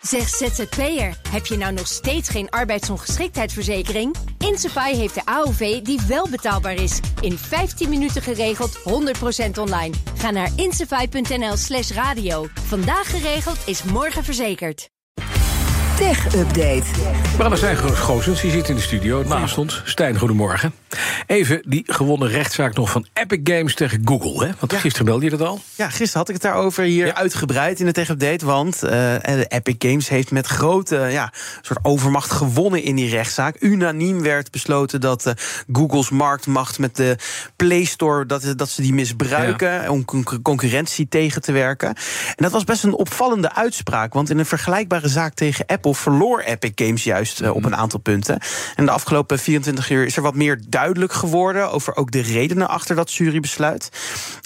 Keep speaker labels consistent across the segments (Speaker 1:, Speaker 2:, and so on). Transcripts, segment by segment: Speaker 1: Zeg ZZP'er, heb je nou nog steeds geen arbeidsongeschiktheidsverzekering? Insafai heeft de AOV die wel betaalbaar is. In 15 minuten geregeld, 100% online. Ga naar insafai.nl slash radio. Vandaag geregeld is morgen verzekerd.
Speaker 2: Tech Update.
Speaker 3: Maar er zijn gozens, die zitten in de studio naast ons. Stijn, goedemorgen. Even die gewonnen rechtszaak nog van Epic Games tegen Google. Hè? Want gisteren belde je dat al.
Speaker 4: Ja, gisteren had ik het daarover hier
Speaker 3: Ja.
Speaker 4: uitgebreid in de tech-update. Want eh, Epic Games heeft met grote ja, soort overmacht gewonnen in die rechtszaak. Unaniem werd besloten dat eh, Google's marktmacht met de Play Store... dat, dat ze die misbruiken om con- concurrentie tegen te werken. En dat was best een opvallende uitspraak. Want in een vergelijkbare zaak tegen Apple verloor Epic Games juist eh, op een aantal punten. En de afgelopen 24 uur is er wat meer duidelijk geworden over ook de redenen achter dat jurybesluit.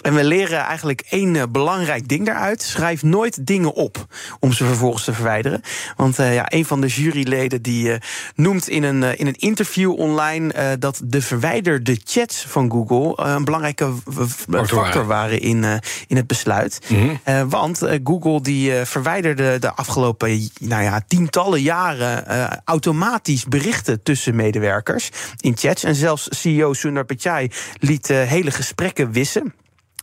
Speaker 4: En we leren eigenlijk één eh, belangrijk ding daaruit. Schrijf nooit dingen op om ze vervolgens te verwijderen. Want eh, ja, een van de juryleden die eh, noemt in een, eh, in een interview online eh, dat de verwijderde chats van Google eh, een belangrijke w- w- factor waren in, eh, in het besluit. Eh, want eh, Google die eh, verwijderde de afgelopen nou ja, tientallen jaren eh, automatisch berichten tussen medewerkers in chats. En zelfs CEO Sundar Pichai liet eh, hele gesprekken wissen.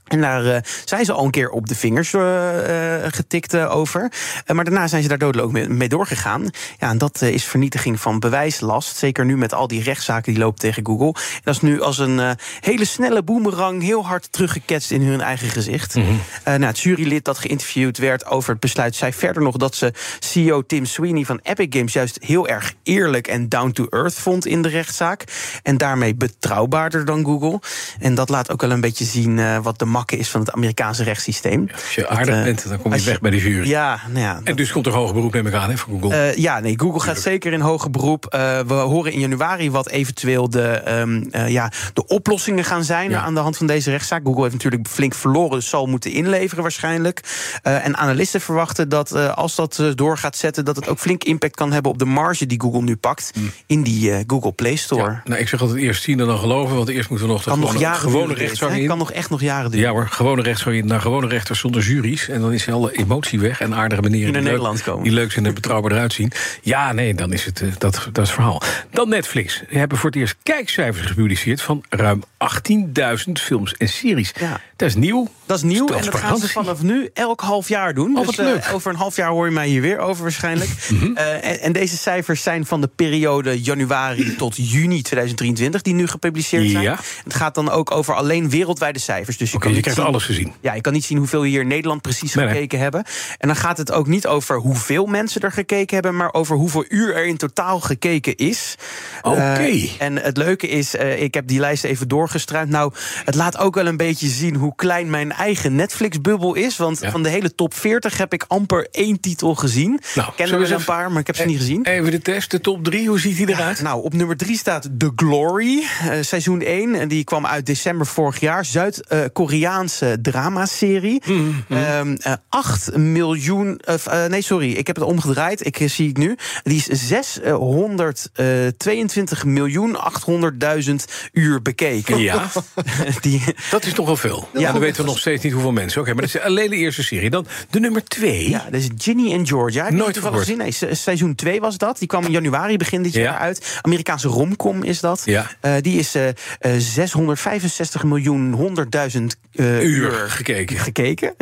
Speaker 4: En daar eh, zijn ze al een keer op de vingers eh, eh, getikt eh, over. Eh, maar daarna zijn ze daar dodelijk mee, mee doorgegaan. Ja, en dat eh, is vernietiging van bewijslast. Zeker nu met al die rechtszaken die lopen tegen Google. En dat is nu als een eh, hele snelle boemerang heel hard teruggeketst in hun eigen gezicht. Eh, nou, het jurylid dat geïnterviewd werd over het besluit zei verder nog dat ze CEO Tim Sweeney van Epic Games juist heel erg eerlijk en down to earth vond in de rechtszaak. En daarmee betrouwbaarder dan Google. En dat laat ook wel een beetje zien eh, wat de makke is van het Amerikaanse rechtssysteem.
Speaker 3: Als je
Speaker 4: Dat,
Speaker 3: aardig
Speaker 4: eh,
Speaker 3: bent, dan kom je
Speaker 4: als je-
Speaker 3: weg bij de jury.
Speaker 4: Ja, nou ja.
Speaker 3: En dus komt er hoger beroep, neem ik aan, hè, voor Google.
Speaker 4: Eh, ja, nee, Google gaat zeker in hoger beroep. Eh, we horen in januari wat eventueel de, ehm, eh, ja, de oplossingen gaan zijn
Speaker 3: Ja.
Speaker 4: aan de hand van deze rechtszaak. Google heeft natuurlijk flink verloren, dus zal moeten inleveren waarschijnlijk. Eh, en analisten verwachten dat eh, als dat eh, door gaat zetten, dat het ook flink impact kan hebben op de marge die Google nu pakt in die eh, Google Play Store.
Speaker 3: Hmm. Ja, nou, ik zeg altijd eerst zien en dan geloven, want eerst moeten we nog de
Speaker 4: Kan nog
Speaker 3: gewone,
Speaker 4: jaren
Speaker 3: gewone
Speaker 4: duren. dit,
Speaker 3: rechtszaak
Speaker 4: hè?
Speaker 3: in.
Speaker 4: Kan nog echt nog jaren duren.
Speaker 3: Ja hoor, gewone rechtszaak in naar gewone rechters zonder juries. En dan is alle emotie weg en aardige manieren
Speaker 4: Die
Speaker 3: die
Speaker 4: naar
Speaker 3: leuk-
Speaker 4: Nederland komen.
Speaker 3: Die leuk zijn en betrouwbaar eruit zien. Ja, nee, dan is het eh, dat, dat is het verhaal. Dan Netflix. Die hebben voor het eerst kijkcijfers gepubliceerd van ruim 18.000 films en series.
Speaker 4: Ja.
Speaker 3: Dat is nieuw.
Speaker 4: Dat is nieuw en dat gaan ze
Speaker 3: transparantie.
Speaker 4: vanaf nu elk half jaar doen.
Speaker 3: Oh, wat
Speaker 4: eh,
Speaker 3: leuk.
Speaker 4: over een half jaar hoor je mij hier weer over waarschijnlijk. Eh, en, en deze cijfers zijn van de periode januari tot juni 2023... die nu gepubliceerd zijn.
Speaker 3: Ja.
Speaker 4: Het gaat dan ook over alleen wereldwijde cijfers. Dus je,
Speaker 3: Oké,
Speaker 4: kan
Speaker 3: je
Speaker 4: niet
Speaker 3: krijgt
Speaker 4: zien-
Speaker 3: alles te zien.
Speaker 4: Ja, je kan niet zien hoeveel hier in Nederland precies
Speaker 3: Nee, nee.
Speaker 4: gekeken hebben. En dan gaat het ook niet over hoeveel mensen er gekeken hebben... maar over hoeveel uur er in totaal gekeken is.
Speaker 3: Oké.
Speaker 4: Eh, en het leuke is, eh, ik heb die lijst even doorgestruimd. Nou, het laat ook wel een beetje zien hoe klein mijn eigen Netflix-bubbel is. Want
Speaker 3: Ja.
Speaker 4: van de hele top 40 heb ik amper één titel gezien.
Speaker 3: Nou,
Speaker 4: ik ken
Speaker 3: zullen
Speaker 4: er
Speaker 3: we
Speaker 4: wel
Speaker 3: eens Eh,
Speaker 4: een paar, maar ik heb ze niet gezien.
Speaker 3: Even de test, de top 3, hoe ziet die eruit?
Speaker 4: Nou, op nummer 3 staat The Glory, eh, seizoen 1. En die kwam uit december vorig jaar. Zuid-Koreaanse dramaserie.
Speaker 3: Mm,
Speaker 4: Ehm, eh, 8 miljoen. eh, eh, nee, sorry, ik heb het omgedraaid. Ik eh, zie het nu. Die is 622 miljoen 800.000 uur bekeken.
Speaker 3: Ja,
Speaker 4: die,
Speaker 3: dat is toch wel veel. Ja,
Speaker 4: Ja.
Speaker 3: dan weten we nog steeds niet hoeveel mensen. Oké, maar dat is alleen de eerste serie. Dan de nummer 2.
Speaker 4: ja, dat is Ginny en Georgia. Heb je
Speaker 3: Nooit
Speaker 4: die toevallig
Speaker 3: gehoord.
Speaker 4: gezien? Nee, se- seizoen 2 was dat. Die kwam in januari begin dit
Speaker 3: Ja.
Speaker 4: jaar uit. Amerikaanse romcom is dat.
Speaker 3: Ja.
Speaker 4: Eh, die is eh eh, 665 miljoen 100.000
Speaker 3: Uur
Speaker 4: eh, uur
Speaker 3: gekeken.
Speaker 4: gekeken.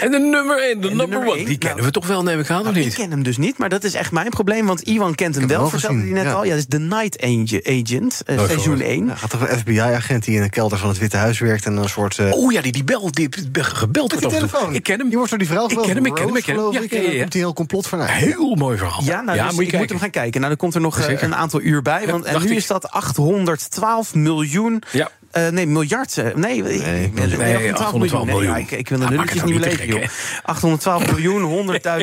Speaker 3: En de nummer 1, de number
Speaker 4: nummer
Speaker 3: 1.
Speaker 4: één,
Speaker 3: Die kennen
Speaker 4: nou-
Speaker 3: we toch wel, neem ik aan, of
Speaker 4: Ik
Speaker 3: niet?
Speaker 4: ken hem dus niet, maar dat is echt mijn probleem. Want Iwan kent hem
Speaker 5: Ik heb
Speaker 4: wel,
Speaker 5: hem wel
Speaker 4: vertelde hij
Speaker 5: gezien,
Speaker 4: net
Speaker 5: ja.
Speaker 4: al. Ja, dat is The Night Ag- Agent, eh,
Speaker 3: Nooit
Speaker 4: seizoen
Speaker 3: gehoord.
Speaker 4: 1.
Speaker 5: Ja, gaat toch een FBI-agent die in de kelder van het Witte Huis werkt en een soort. eh,
Speaker 3: Oh ja, die, die belt, die be- gebeld wordt
Speaker 5: met die
Speaker 3: af en toe.
Speaker 5: telefoon.
Speaker 3: Ik ken hem.
Speaker 5: Die wordt door die vrouw
Speaker 3: Ik
Speaker 5: gebeld.
Speaker 3: ken hem, ik ken hem,
Speaker 5: Rose,
Speaker 3: ik ken hem.
Speaker 5: geloof
Speaker 3: Ja,
Speaker 5: ik,
Speaker 3: ja,
Speaker 5: en dan
Speaker 3: ja, ja.
Speaker 5: komt hij heel complot van nou, uit.
Speaker 3: Heel mooi verhaal.
Speaker 4: Ja, nou, dus
Speaker 3: moet je
Speaker 4: ik moet
Speaker 3: kijken.
Speaker 4: hem gaan kijken. Nou, dan komt er nog eh,
Speaker 3: Zeker.
Speaker 4: een aantal uur bij. Want, en
Speaker 3: dacht
Speaker 4: nu
Speaker 3: ik.
Speaker 4: is dat 812 miljoen.
Speaker 3: Ja.
Speaker 4: eh, nee, miljard. eh, Nee, nee, nee,
Speaker 3: Nee,
Speaker 4: 812
Speaker 3: 812
Speaker 4: miljoen. Nee,
Speaker 3: miljoen.
Speaker 4: ja, ik, ik wil de
Speaker 3: Ah, maak
Speaker 4: nummertjes
Speaker 3: het nou
Speaker 4: niet meer
Speaker 3: niet te
Speaker 4: leven, joh. 812 miljoen,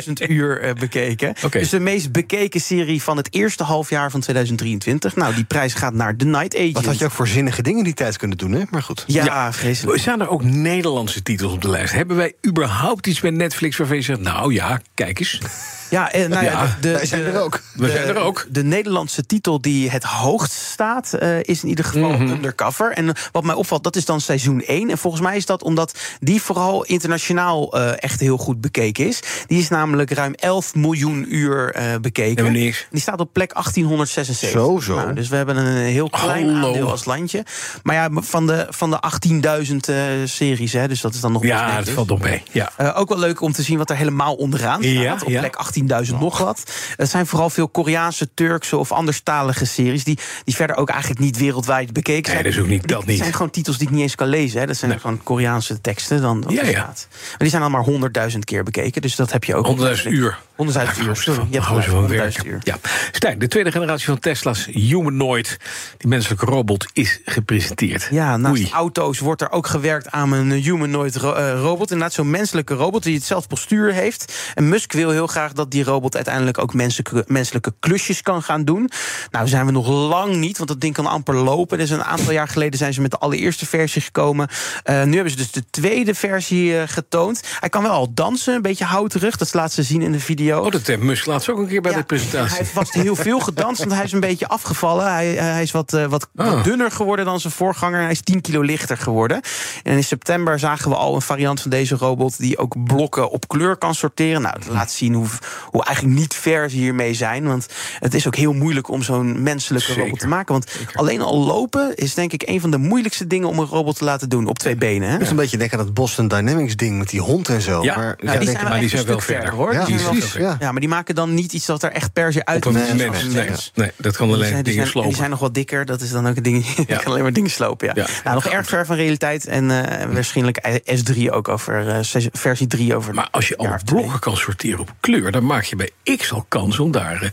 Speaker 4: 100.000 uur eh, bekeken.
Speaker 3: Oké.
Speaker 4: Dus de meest bekeken serie van het eerste halfjaar van 2023. Nou, die prijs gaat naar The Night Agent.
Speaker 5: Wat had je ook voor zinnige dingen die tijd kunnen doen, hè? Maar goed.
Speaker 4: Ja,
Speaker 3: Ja.
Speaker 4: vreselijk.
Speaker 3: Staan er ook Nederlandse titels op de lijst? Hebben wij überhaupt iets bij Netflix waarvan je zegt... nou ja, kijk eens,
Speaker 4: Ja, eh, nou ja,
Speaker 3: Ja,
Speaker 4: de,
Speaker 5: wij zijn
Speaker 4: de-
Speaker 5: er ook.
Speaker 3: We
Speaker 4: de-
Speaker 3: zijn er ook.
Speaker 4: De Nederlandse titel die het hoogst staat, eh, is in ieder geval
Speaker 3: Mhm.
Speaker 4: Undercover. En wat mij opvalt, dat is dan seizoen 1. En volgens mij is dat omdat die vooral internationaal eh, echt heel goed bekeken is. Die is namelijk ruim 11 miljoen uur eh, bekeken.
Speaker 3: Hebben we niks.
Speaker 4: Die staat op plek 1876.
Speaker 5: Zo, zo.
Speaker 4: Nou, dus we hebben een heel klein
Speaker 3: Hallo.
Speaker 4: aandeel als landje. Maar ja, van de, van de 18.000 eh, series, hè, dus dat is dan nog best
Speaker 3: Ja,
Speaker 4: netjes.
Speaker 3: dat valt nog mee. Ja.
Speaker 4: Eh, ook wel leuk om te zien wat er helemaal onderaan staat.
Speaker 3: Ja,
Speaker 4: op
Speaker 3: ja. Oh.
Speaker 4: plek 18.000 nog wat. Het zijn vooral veel Koreaanse, Turkse of anderstalige series... die, die verder ook eigenlijk niet wereldwijd bekeken
Speaker 3: Nee,
Speaker 4: zijn.
Speaker 3: dat is ook niet. Dat
Speaker 4: Het zijn
Speaker 3: niet.
Speaker 4: gewoon titels die ik niet eens kan lezen. Hè. Dat zijn
Speaker 3: Nee.
Speaker 4: gewoon Koreaanse teksten dan wat
Speaker 3: Ja,
Speaker 4: er
Speaker 3: ja.
Speaker 4: staat. Maar die zijn allemaal 100.000 keer bekeken, dus dat heb je ook.
Speaker 3: 100.000 uur.
Speaker 4: 100.000 uur, sorry. Je
Speaker 3: Daar
Speaker 4: hebt
Speaker 3: gaan ze
Speaker 4: gelijk,
Speaker 3: van
Speaker 4: 100.000 uur.
Speaker 3: werken. Ja. Stijn, de tweede generatie van Tesla's Humanoid, die menselijke robot, is gepresenteerd.
Speaker 4: Ja, naast
Speaker 3: Oei.
Speaker 4: auto's wordt er ook gewerkt aan een humanoid ro eh, robot. Inderdaad, zo'n menselijke robot die hetzelfde postuur heeft. En Musk wil heel graag dat die robot uiteindelijk ook menselijke, menselijke klusjes kan gaan doen. Nou, zijn we nog lang niet, want dat ding kan amper lopen. Dus een aantal jaar geleden zijn ze met de allereerste versie gekomen. Eh, nu hebben ze dus de tweede versie eh, getoond. Hij kan wel al dansen, een beetje houterig. Dat laat ze zien in de video.
Speaker 3: Oh, dat heeft Musk laatst ook een keer bij
Speaker 4: Ja,
Speaker 3: de presentatie.
Speaker 4: Hij heeft vast heel veel gedanst, want hij is een beetje afgevallen. Hij, hij is wat, eh, wat, wat
Speaker 3: Ah.
Speaker 4: dunner geworden dan zijn voorganger. Hij is 10 kilo lichter geworden. En in september zagen we al een variant van deze robot... die ook blokken op kleur kan sorteren. Nou, dat laat zien hoe, hoe eigenlijk niet ver ze hiermee zijn. Want het is ook heel moeilijk om zo'n menselijke
Speaker 3: Zeker.
Speaker 4: robot te maken. Want alleen al lopen is denk ik een van de moeilijkste dingen... om een robot te laten doen, op twee benen. Hè?
Speaker 5: Moest een beetje denken aan dat Boston Dynamics ding met die hond en zo.
Speaker 3: Ja,
Speaker 5: maar,
Speaker 3: ja,
Speaker 4: die
Speaker 5: denk ik-
Speaker 4: zijn
Speaker 3: maar
Speaker 4: wel
Speaker 3: die
Speaker 4: echt
Speaker 3: zijn
Speaker 4: een
Speaker 3: wel
Speaker 4: stuk
Speaker 3: verder.
Speaker 4: verder, hoor.
Speaker 5: Ja,
Speaker 4: Die zijn wel
Speaker 5: precies,
Speaker 4: verder.
Speaker 5: ja.
Speaker 4: Ja, maar die maken dan niet iets dat er echt per se
Speaker 3: Op een
Speaker 4: uit
Speaker 5: Nee,
Speaker 4: moet
Speaker 3: mens.
Speaker 4: als een
Speaker 3: Nee,
Speaker 4: mens.
Speaker 3: nee, dat kan
Speaker 4: Die
Speaker 3: alleen
Speaker 4: zijn, die,
Speaker 3: dingen
Speaker 4: zijn, die
Speaker 3: slopen.
Speaker 4: zijn nog wat dikker, dat is dan ook dingen. die
Speaker 3: Ja.
Speaker 4: kan alleen maar dingen slopen. Ja.
Speaker 3: Ja.
Speaker 4: Nou, nog erg ver van realiteit. En eh, waarschijnlijk S3 ook over eh, ses- versie 3 over.
Speaker 3: Maar als je
Speaker 4: een jaar
Speaker 3: al
Speaker 4: of twee.
Speaker 3: blokken kan sorteren op kleur, dan maak je bij X al kans om daar eh,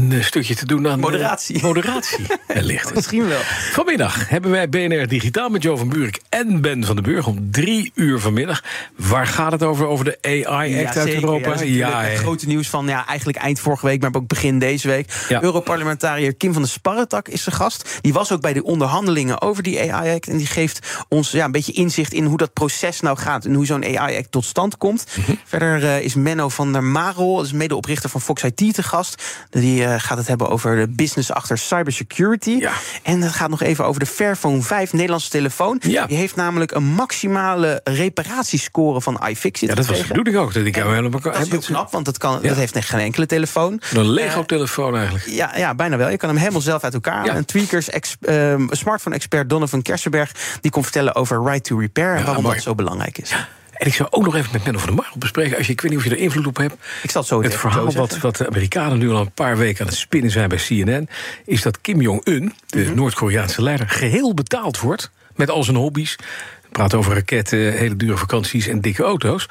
Speaker 3: een eh, stukje te doen aan eh,
Speaker 4: Moderatie.
Speaker 3: Moderatie, wellicht.
Speaker 4: Misschien wel.
Speaker 3: Vanmiddag hebben wij BNR Digitaal met Jo van Buurik en Ben van den Burg om drie uur vanmiddag. Waar gaat het over? Over de AI Act uit
Speaker 4: zeker. Ja,
Speaker 3: Europa?
Speaker 4: dat is natuurlijk
Speaker 3: Ja,
Speaker 4: het
Speaker 3: hè.
Speaker 4: grote nieuws van ja, eigenlijk eind vorige week, maar ook begin deze week.
Speaker 3: Ja.
Speaker 4: Europarlementariër Kim van der Sparretak is de gast. Die was ook bij de onderhandelingen over die AI Act. En die geeft ons ja, een beetje inzicht in hoe dat proces nou gaat. En hoe zo'n AI Act tot stand komt.
Speaker 3: Mhm.
Speaker 4: Verder eh, is Menno van der Marel, dat is medeoprichter van Fox IT, te gast. Die eh, gaat het hebben over de business achter cybersecurity.
Speaker 3: Ja.
Speaker 4: En het gaat nog even over de Fairphone 5 Nederlandse telefoon.
Speaker 3: Ja.
Speaker 4: Die heeft namelijk een maximale reparatiescore van iFixit.
Speaker 3: ja, dat was de
Speaker 4: gekregen.
Speaker 3: bedoeling ook. Dat ik ja, we hebben elkaar-
Speaker 4: Dat is heel
Speaker 3: hebben
Speaker 4: knap, want dat, kan,
Speaker 3: Ja.
Speaker 4: dat heeft net geen enkele telefoon.
Speaker 3: een Lego-telefoon eigenlijk.
Speaker 4: Ja, ja, bijna wel. Je kan hem helemaal zelf uit elkaar.
Speaker 3: Ja.
Speaker 4: halen. En tweakers, ex- ehm, smartphone-expert Donovan Kersenberg... die kon vertellen over right to repair en waarom
Speaker 3: mooi.
Speaker 4: dat zo belangrijk is.
Speaker 3: En ik zou ook nog even met Menno van der Marel bespreken. Als je, ik weet niet of je er invloed op hebt.
Speaker 4: Ik zal het zo
Speaker 3: Het
Speaker 4: tegen Joe
Speaker 3: verhaal wat,
Speaker 4: zeggen.
Speaker 3: wat de Amerikanen nu al een paar weken aan het spinnen zijn bij CNN... is dat Kim Jong-un, de
Speaker 4: Mhm.
Speaker 3: Noord-Koreaanse leider, geheel betaald wordt... met al zijn hobby's. We praten over raketten, hele dure vakanties en dikke auto's.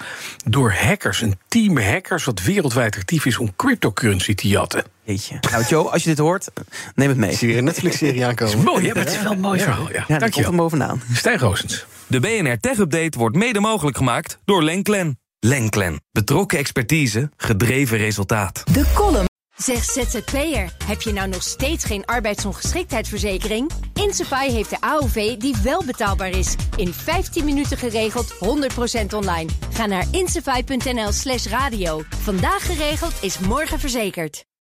Speaker 3: Door hackers, een team hackers wat wereldwijd actief is... om cryptocurrency te jatten.
Speaker 4: Jeetje. Nou, Joe, als je dit hoort, neem het mee.
Speaker 5: Zie je weer een Netflix-serie aankomen?
Speaker 3: Mooi, hè? Maar het is wel een mooi verhaal. Ja.
Speaker 4: Ja, daar komt hem
Speaker 3: Dankjewel.
Speaker 4: bovenaan.
Speaker 3: Stijn Roosens.
Speaker 6: De BNR Tech Update wordt mede mogelijk gemaakt door Lenklen. Lenklen. Betrokken expertise, gedreven resultaat.
Speaker 2: De column
Speaker 1: Zeg ZZP'er, heb je nou nog steeds geen arbeidsongeschiktheidsverzekering? Insafai heeft de AOV die wel betaalbaar is. In 15 minuten geregeld, 100% online. Ga naar insafai.nl slash radio. Vandaag geregeld is morgen verzekerd.